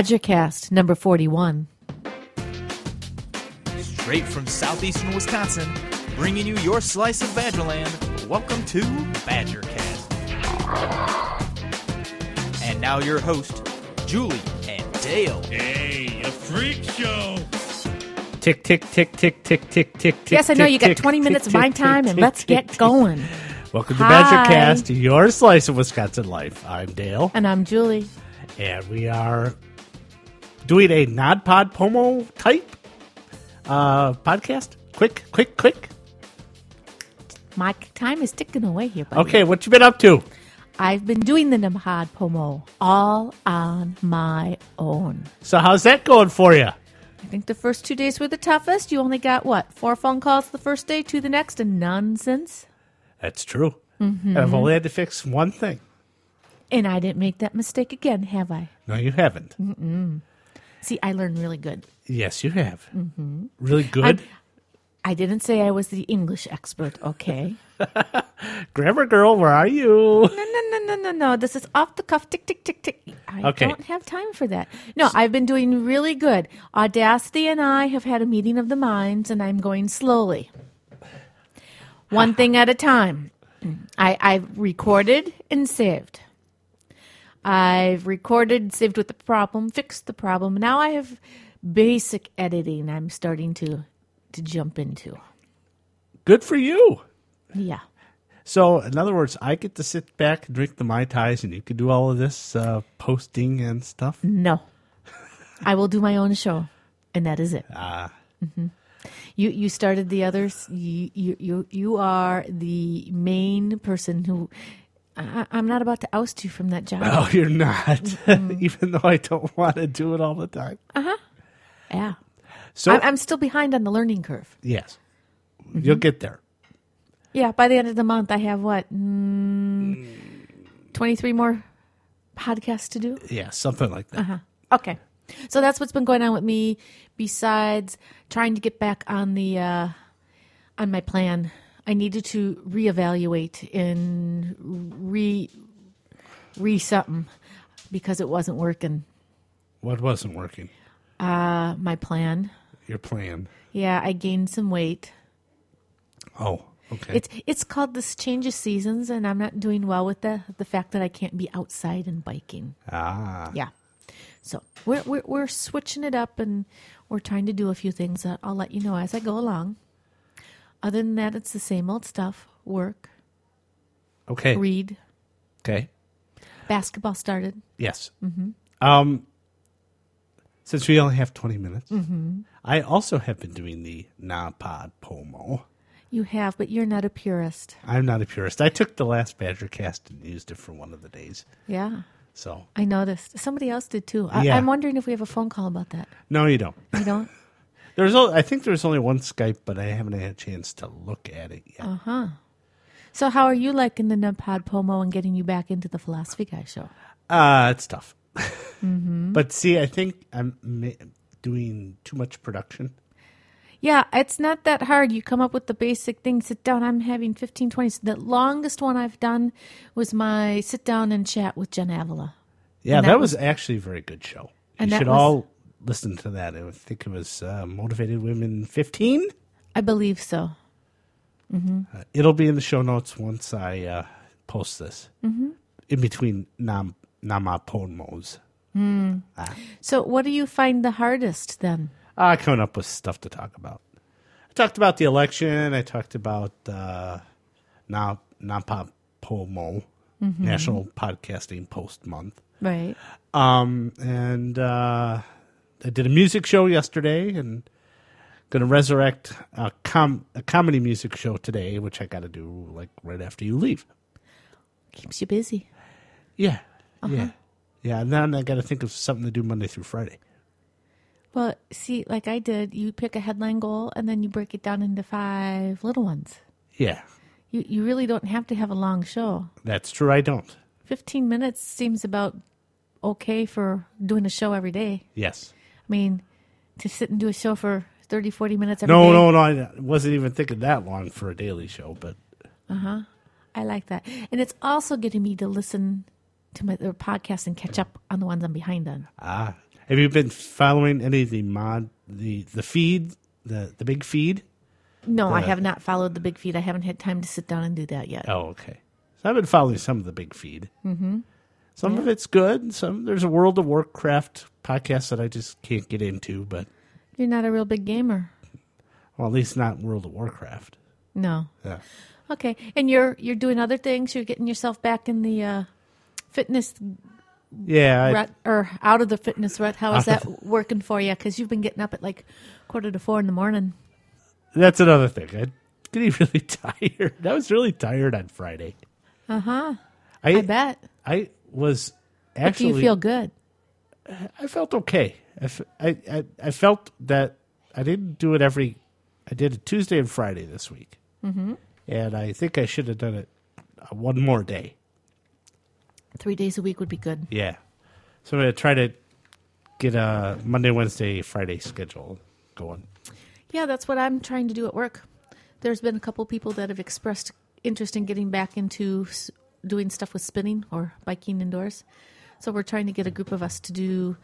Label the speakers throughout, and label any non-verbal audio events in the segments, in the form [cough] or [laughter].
Speaker 1: Badgercast number 41.
Speaker 2: Straight from southeastern Wisconsin, bringing you your slice of Badgerland. Welcome to Badgercast. And now your host, Julie and Dale.
Speaker 3: Hey, a freak show.
Speaker 4: Tick, tick, tick, tick, tick, tick, tick, tick.
Speaker 1: yes, I know you
Speaker 4: tick,
Speaker 1: got
Speaker 4: tick,
Speaker 1: 20
Speaker 4: tick,
Speaker 1: minutes of
Speaker 4: tick,
Speaker 1: my
Speaker 4: tick,
Speaker 1: time, and
Speaker 4: tick,
Speaker 1: let's
Speaker 4: tick,
Speaker 1: get
Speaker 4: tick.
Speaker 1: going.
Speaker 4: Welcome to
Speaker 1: Hi.
Speaker 4: Badgercast, your slice of Wisconsin life. I'm Dale,
Speaker 1: And I'm Julie.
Speaker 4: and we are doing a Nod Pod Pomo type uh, podcast. Quick, quick, quick.
Speaker 1: My time is ticking away here, buddy.
Speaker 4: Okay, what you been up to?
Speaker 1: I've been doing the Namhad Pomo all on my own.
Speaker 4: So how's that going for you?
Speaker 1: I think the first two days were the toughest. You only got, what, four phone calls the first day, two the next, and none since?
Speaker 4: That's true. And I've only had to fix one thing.
Speaker 1: And I didn't make that mistake again, have I?
Speaker 4: No, you haven't.
Speaker 1: Mm-hmm. See, I learned really good.
Speaker 4: Yes, you have. Really
Speaker 1: Mm-hmm. I'm-
Speaker 4: good
Speaker 1: I didn't say I was the English expert, okay?
Speaker 4: grammar girl. Where are you? [laughs]
Speaker 1: No, no, no, no, no, no. This is off the cuff. Tick, tick, tick, tick. I
Speaker 4: Okay.
Speaker 1: don't have time for that. No, I've been doing really good. Audacity and I have had a meeting of the minds, and I'm going slowly, one thing at a time. I, I've recorded and saved. I've recorded, saved with the problem, fixed the problem. Now I have basic editing. I'm starting to to jump into.
Speaker 4: Good for you.
Speaker 1: Yeah.
Speaker 4: So, in other words, I get to sit back and drink the Mai Tais, and you can do all of this uh, posting and stuff. [laughs]
Speaker 1: No. I will do my own show, and that is it. Ah. You you started the others. You you you, you are the main person who. I, I'm not about to oust you from that job.
Speaker 4: No, you're not,
Speaker 1: Mm-hmm.
Speaker 4: [laughs] even though I don't want to do it all the time.
Speaker 1: Yeah,
Speaker 4: So,
Speaker 1: Uh, I'm, I'm Mm-hmm. still behind on the learning curve.
Speaker 4: yes, you'll get there.
Speaker 1: Yeah, by the end of the month, I have what mm, 23 more podcasts to do.
Speaker 4: Yeah, something like that.
Speaker 1: Uh-huh. Okay. So that's what's been going on with me besides trying to get back on the uh on my plan. I needed to reevaluate and re re something because it wasn't working.
Speaker 4: What wasn't working?
Speaker 1: Uh, my plan.
Speaker 4: Your plan.
Speaker 1: Yeah, I gained some weight.
Speaker 4: Oh, okay.
Speaker 1: It's it's called this change of seasons and I'm not doing well with the the fact that I can't be outside and biking.
Speaker 4: ah,
Speaker 1: Yeah. So we're, we're we're switching it up, and we're trying to do a few things that I'll let you know as I go along. Other than that, it's the same old stuff: work,
Speaker 4: okay,
Speaker 1: read,
Speaker 4: okay.
Speaker 1: basketball started.
Speaker 4: Yes. Mm-hmm. Um, since we only have twenty minutes,
Speaker 1: Mm-hmm.
Speaker 4: I also have been doing the Napod Pomo.
Speaker 1: You have, but you're not a purist.
Speaker 4: I'm not a purist. I took the last Badger cast and used it for one of the days.
Speaker 1: Yeah,
Speaker 4: So
Speaker 1: I noticed. Somebody else did too. I,
Speaker 4: Yeah.
Speaker 1: I'm wondering if we have a phone call about that.
Speaker 4: no, you don't.
Speaker 1: You don't.
Speaker 4: There's only, I think there's only one Skype, but I haven't had a chance to look at it yet.
Speaker 1: so how are you liking the Nempod Pomo and getting you back into the Philosophy Guy show?
Speaker 4: Uh, it's tough.
Speaker 1: Mm-hmm.
Speaker 4: But see, I think I'm ma- doing too much production.
Speaker 1: Yeah, it's not that hard. You come up with the basic thing, sit down. I'm having 15, 20. So the longest one I've done was my sit down and chat with Jen Avila.
Speaker 4: Yeah,
Speaker 1: And
Speaker 4: that,
Speaker 1: that
Speaker 4: was, actually a very good show. You
Speaker 1: and that
Speaker 4: should
Speaker 1: was-
Speaker 4: all listen to that. I think it was uh, Motivated Women 15.
Speaker 1: I believe so.
Speaker 4: Uh, it'll be in the show notes once I uh, post this. Mm-hmm. In between Nam Namaponmos.
Speaker 1: So, what do you find the hardest then?
Speaker 4: Uh, coming up with stuff to talk about. I talked about the election. I talked about uh, now Napop Pomo, National Podcasting Post Month.
Speaker 1: Right.
Speaker 4: Um, and uh, I did a music show yesterday and going to resurrect a, com- a comedy music show today, which I got to do like right after you leave.
Speaker 1: Keeps you busy.
Speaker 4: Yeah. Yeah. Yeah. And then I got to think of something to do Monday through Friday.
Speaker 1: Well, see, like I did, you pick a headline goal and then you break it down into five little ones.
Speaker 4: Yeah.
Speaker 1: You, you really don't have to have a long show.
Speaker 4: That's true. I don't.
Speaker 1: 15 minutes seems about okay for doing a show every day.
Speaker 4: Yes.
Speaker 1: I mean, to sit and do a show for 30, 40 minutes every day.
Speaker 4: No, no, no. I wasn't even thinking that long for a daily show, but
Speaker 1: I like that. And it's also getting me to listen to my their podcast and catch up on the ones I'm behind on.
Speaker 4: Ah, have you been following any of the mod the the feed the the big feed?
Speaker 1: No, I have not followed the big feed. I haven't had time to sit down and do that yet.
Speaker 4: Oh, okay. So I've been following some of the big feed. Mm-hmm. Some of it's good. and Some there's a World of Warcraft podcast that I just can't get into, but
Speaker 1: You're not a real big gamer.
Speaker 4: well, at least not World of Warcraft.
Speaker 1: No.
Speaker 4: Yeah.
Speaker 1: Okay. And you're you're doing other things. You're getting yourself back in the uh, fitness
Speaker 4: Yeah. I-
Speaker 1: rut or out of the fitness rut. How
Speaker 4: [laughs]
Speaker 1: is that working for you? Because you've been getting up at like quarter to four in the morning.
Speaker 4: That's another thing. I'm getting [laughs] really tired. I was really tired on Friday. Uh huh. I,
Speaker 1: Uh-huh. I bet.
Speaker 4: I was
Speaker 1: But do
Speaker 4: actually.
Speaker 1: you feel good?
Speaker 4: I felt okay. I, f- I, I, I felt that I didn't do it every. I did it Tuesday and Friday this week, mm-hmm. and I think I should have done it uh, one more day.
Speaker 1: Three days a week would be good.
Speaker 4: Yeah. So I'm gonna try to get a Monday, Wednesday, Friday schedule going.
Speaker 1: Yeah, that's what I'm trying to do at work. There's been a couple people that have expressed interest in getting back into s- doing stuff with spinning or biking indoors. So we're trying to get a group of us to do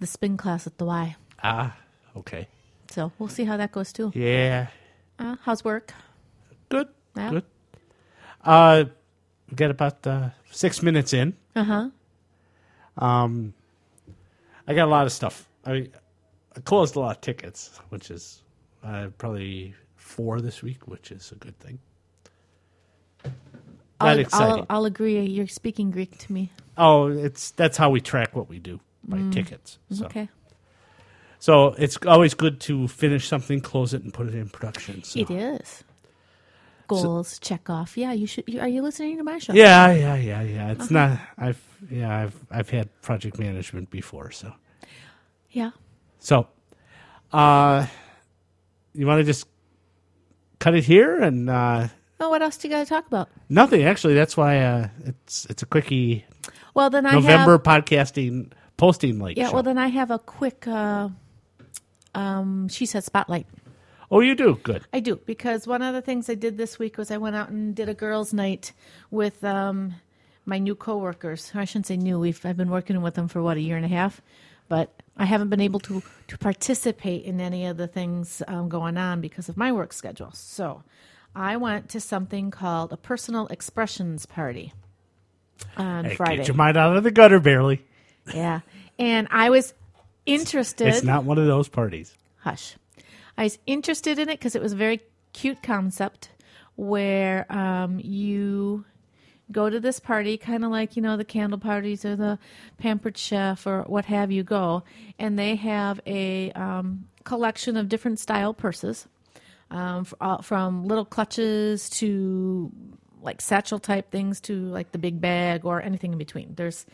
Speaker 1: the spin class at the Y.
Speaker 4: Ah, okay.
Speaker 1: So we'll see how that goes too.
Speaker 4: Yeah.
Speaker 1: Uh, how's work?
Speaker 4: Good.
Speaker 1: Yeah.
Speaker 4: Good. Uh, we got about uh, six minutes in. Um,
Speaker 1: Uh huh.
Speaker 4: I got a lot of stuff. I, I closed a lot of tickets, which is uh, probably four this week, which is a good thing. Not
Speaker 1: I'll,
Speaker 4: exciting.
Speaker 1: I'll, I'll agree. You're speaking Greek to me.
Speaker 4: oh, it's that's how we track what we do by tickets. So.
Speaker 1: Mm. Okay.
Speaker 4: so it's always good to finish something, close it, and put it in production. So.
Speaker 1: It is. Goals, check off. Yeah, you should. You, are you listening to my show?
Speaker 4: Yeah, yeah, yeah, yeah. It's not. I've yeah, I've I've had project management before, so
Speaker 1: Yeah.
Speaker 4: so. Uh, you want to just cut it here and. Uh,
Speaker 1: Oh, what else do you got to talk about?
Speaker 4: Nothing actually. That's why uh, it's it's a quickie
Speaker 1: Well, then I have.
Speaker 4: November podcasting posting like.
Speaker 1: Yeah,
Speaker 4: show.
Speaker 1: well, then I have a quick. Uh, um, she said spotlight.
Speaker 4: oh, you do good.
Speaker 1: I do because one of the things I did this week was I went out and did a girls' night with um, my new coworkers. I shouldn't say new. We've I've been working with them for what a year and a half, but I haven't been able to to participate in any of the things um, going on because of my work schedule. So, I went to something called a personal expressions party on
Speaker 4: Hey,
Speaker 1: Friday.
Speaker 4: Get your mind out of the gutter, barely.
Speaker 1: yeah, and I was interested.
Speaker 4: It's not one of those parties.
Speaker 1: Hush. I was interested in it because it was a very cute concept where um, you go to this party, kind of like, you know, the candle parties or the pampered chef or what have you go, and they have a um, collection of different style purses um, f- uh, from little clutches to like satchel type things to like the big bag or anything in between. There's,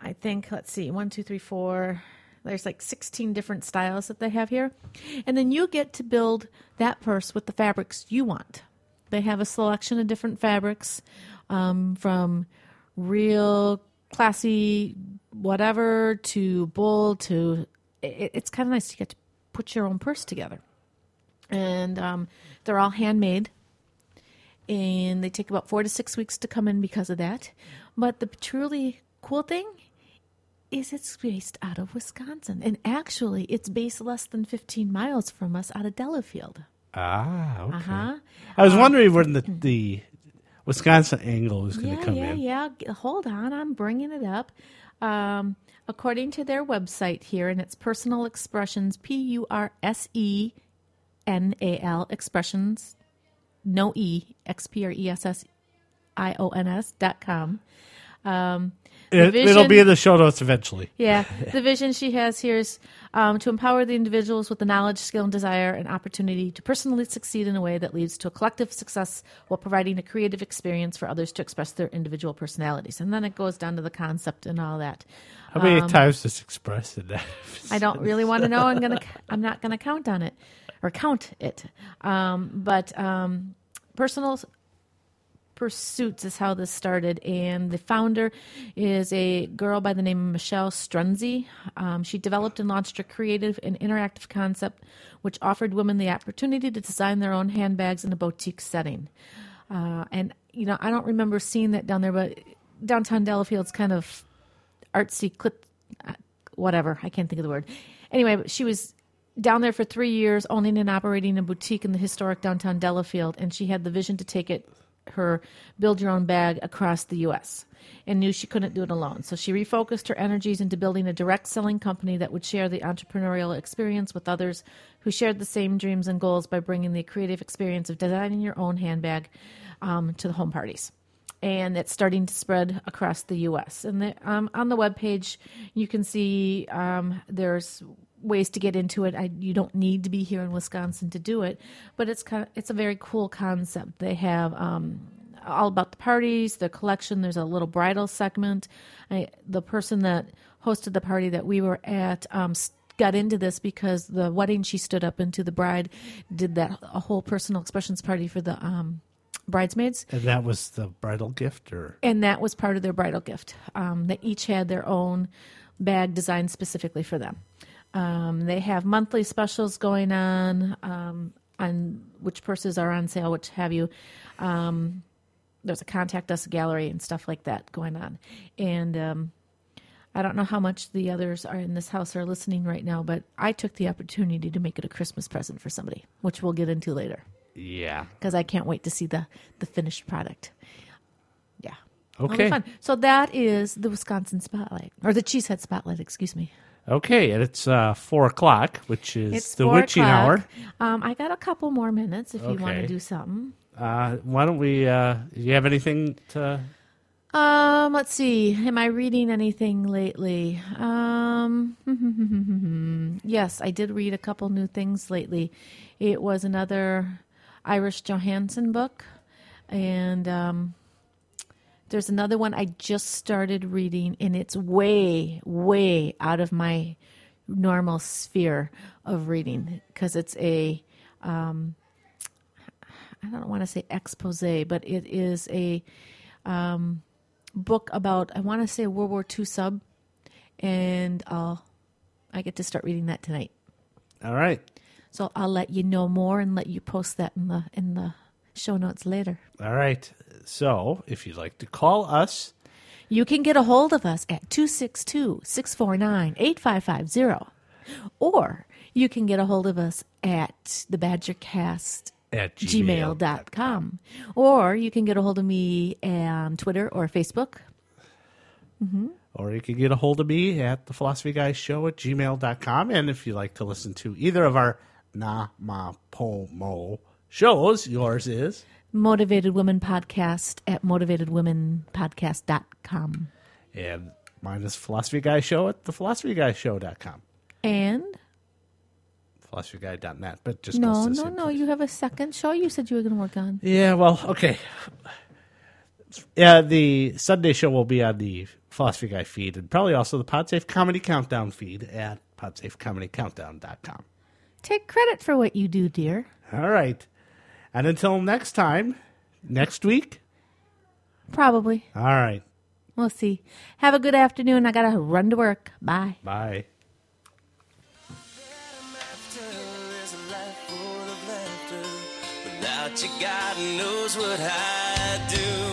Speaker 1: I think, let's see, one, two, three, four. There's like 16 different styles that they have here. And then you get to build that purse with the fabrics you want. They have a selection of different fabrics um, from real classy whatever to bold to. It, it's kind of nice. You get to put your own purse together and um, they're all handmade and they take about four to six weeks to come in because of that but the truly cool thing is it's based out of wisconsin and actually it's based less than 15 miles from us out of delafield
Speaker 4: Ah, okay.
Speaker 1: uh-huh mm.
Speaker 4: I was wondering when the the Wisconsin angle was going to
Speaker 1: yeah,
Speaker 4: come
Speaker 1: yeah,
Speaker 4: in.
Speaker 1: Yeah, G- Hold on, I'm bringing it up. Um, according to their website here, and it's Personal Expressions, P U R S E N A L Expressions, no E, X P R E S S I O N S dot com. Um, the
Speaker 4: It, it'll
Speaker 1: vision-
Speaker 4: be in the show notes eventually.
Speaker 1: yeah. The vision she has here is um, to empower the individuals with the knowledge, skill, and desire and opportunity to personally succeed in a way that leads to a collective success while providing a creative experience for others to express their individual personalities. And then it goes down to the concept and all that.
Speaker 4: How many
Speaker 1: Um,
Speaker 4: times does express in that? [laughs]
Speaker 1: I don't really want to know. I'm gonna. I'm not gonna count on it, or count it. Um, but um, personal pursuits is how this started, and the founder is a girl by the name of Michelle Strunzi. Um, she developed and launched a creative and interactive concept, which offered women the opportunity to design their own handbags in a boutique setting. Uh, and you know, I don't remember seeing that down there, but downtown Delafield's kind of artsy clip, uh, whatever. I can't think of the word. Anyway, but she was down there for three years, owning and operating a boutique in the historic downtown Delafield, and she had the vision to take it, her build your own bag across the U.S. and knew she couldn't do it alone. So she refocused her energies into building a direct selling company that would share the entrepreneurial experience with others who shared the same dreams and goals by bringing the creative experience of designing your own handbag um, to the home parties and it's starting to spread across the U.S. And the, um, on the webpage, you can see um, there's ways to get into it. I, you don't need to be here in Wisconsin to do it, but it's kind of, it's a very cool concept. They have um, all about the parties, the collection. There's a little bridal segment. I, the person that hosted the party that we were at. Um, s- got into this because the wedding she stood up into the bride did that a whole personal expressions party for the um, bridesmaids
Speaker 4: And that was the bridal gift, or
Speaker 1: and that was part of their bridal gift. Um, they each had their own bag designed specifically for them. Um, they have monthly specials going on, um, on which purses are on sale, which have you. Um, there's a contact us gallery and stuff like that going on, and um, I don't know how much the others are in this house are listening right now, but I took the opportunity to make it a Christmas present for somebody, which we'll get into later
Speaker 4: yeah,
Speaker 1: because I can't wait to see the the finished product. Yeah. It'll be
Speaker 4: Okay.
Speaker 1: Fun. So that is the Wisconsin Spotlight or the Cheesehead Spotlight, excuse me.
Speaker 4: okay. And it's uh, four o'clock, which is
Speaker 1: It's
Speaker 4: the
Speaker 1: four
Speaker 4: witching
Speaker 1: o'clock. Um, I got a couple more minutes if you want
Speaker 4: Okay.
Speaker 1: to do something.
Speaker 4: hour. Uh, why don't we? Uh, do you have anything to?
Speaker 1: Um, let's see. Am I reading anything lately? Um, [laughs] yes, I did read a couple new things lately. It was another Irish Johansson book, and um, there's another one I just started reading, and it's way, way out of my normal sphere of reading because it's a um, I don't want to say expose, but it is a book about I want to say World War II sub, and I'll I get to start reading that tonight.
Speaker 4: All right,
Speaker 1: So I'll let you know more and let you post that in the in the show notes later.
Speaker 4: all right. So, if you'd like to call us,
Speaker 1: You can get a hold of us at 262-649-8550 or you can get a hold of us at the badgercast
Speaker 4: At gmail.
Speaker 1: gmail.com or you can get a hold of me on Twitter or Facebook.
Speaker 4: or you can get a hold of me at the philosophy guys show at gmail.com and if you like to listen to either of our na ma po mo shows yours is
Speaker 1: Motivated Women Podcast at motivatedwomenpodcast.com.
Speaker 4: and mine is philosophy guy show at the philosophy guy show.com
Speaker 1: And
Speaker 4: philosophy guy.net but just
Speaker 1: no,
Speaker 4: goes to the
Speaker 1: no,
Speaker 4: same
Speaker 1: no,
Speaker 4: place.
Speaker 1: you have a second show you said you were going to work on.
Speaker 4: yeah well okay yeah the sunday show will be on the philosophy guy feed and probably also the podsafe comedy countdown feed at podsafecomedycountdown.com
Speaker 1: Take credit for what you do, dear.
Speaker 4: all right and until next time next week
Speaker 1: Probably.
Speaker 4: All right.
Speaker 1: We'll see. Have a good afternoon. I got to run to work. Bye.
Speaker 4: Bye.
Speaker 5: After is a life full of laughter. Without you, God knows what I'd do.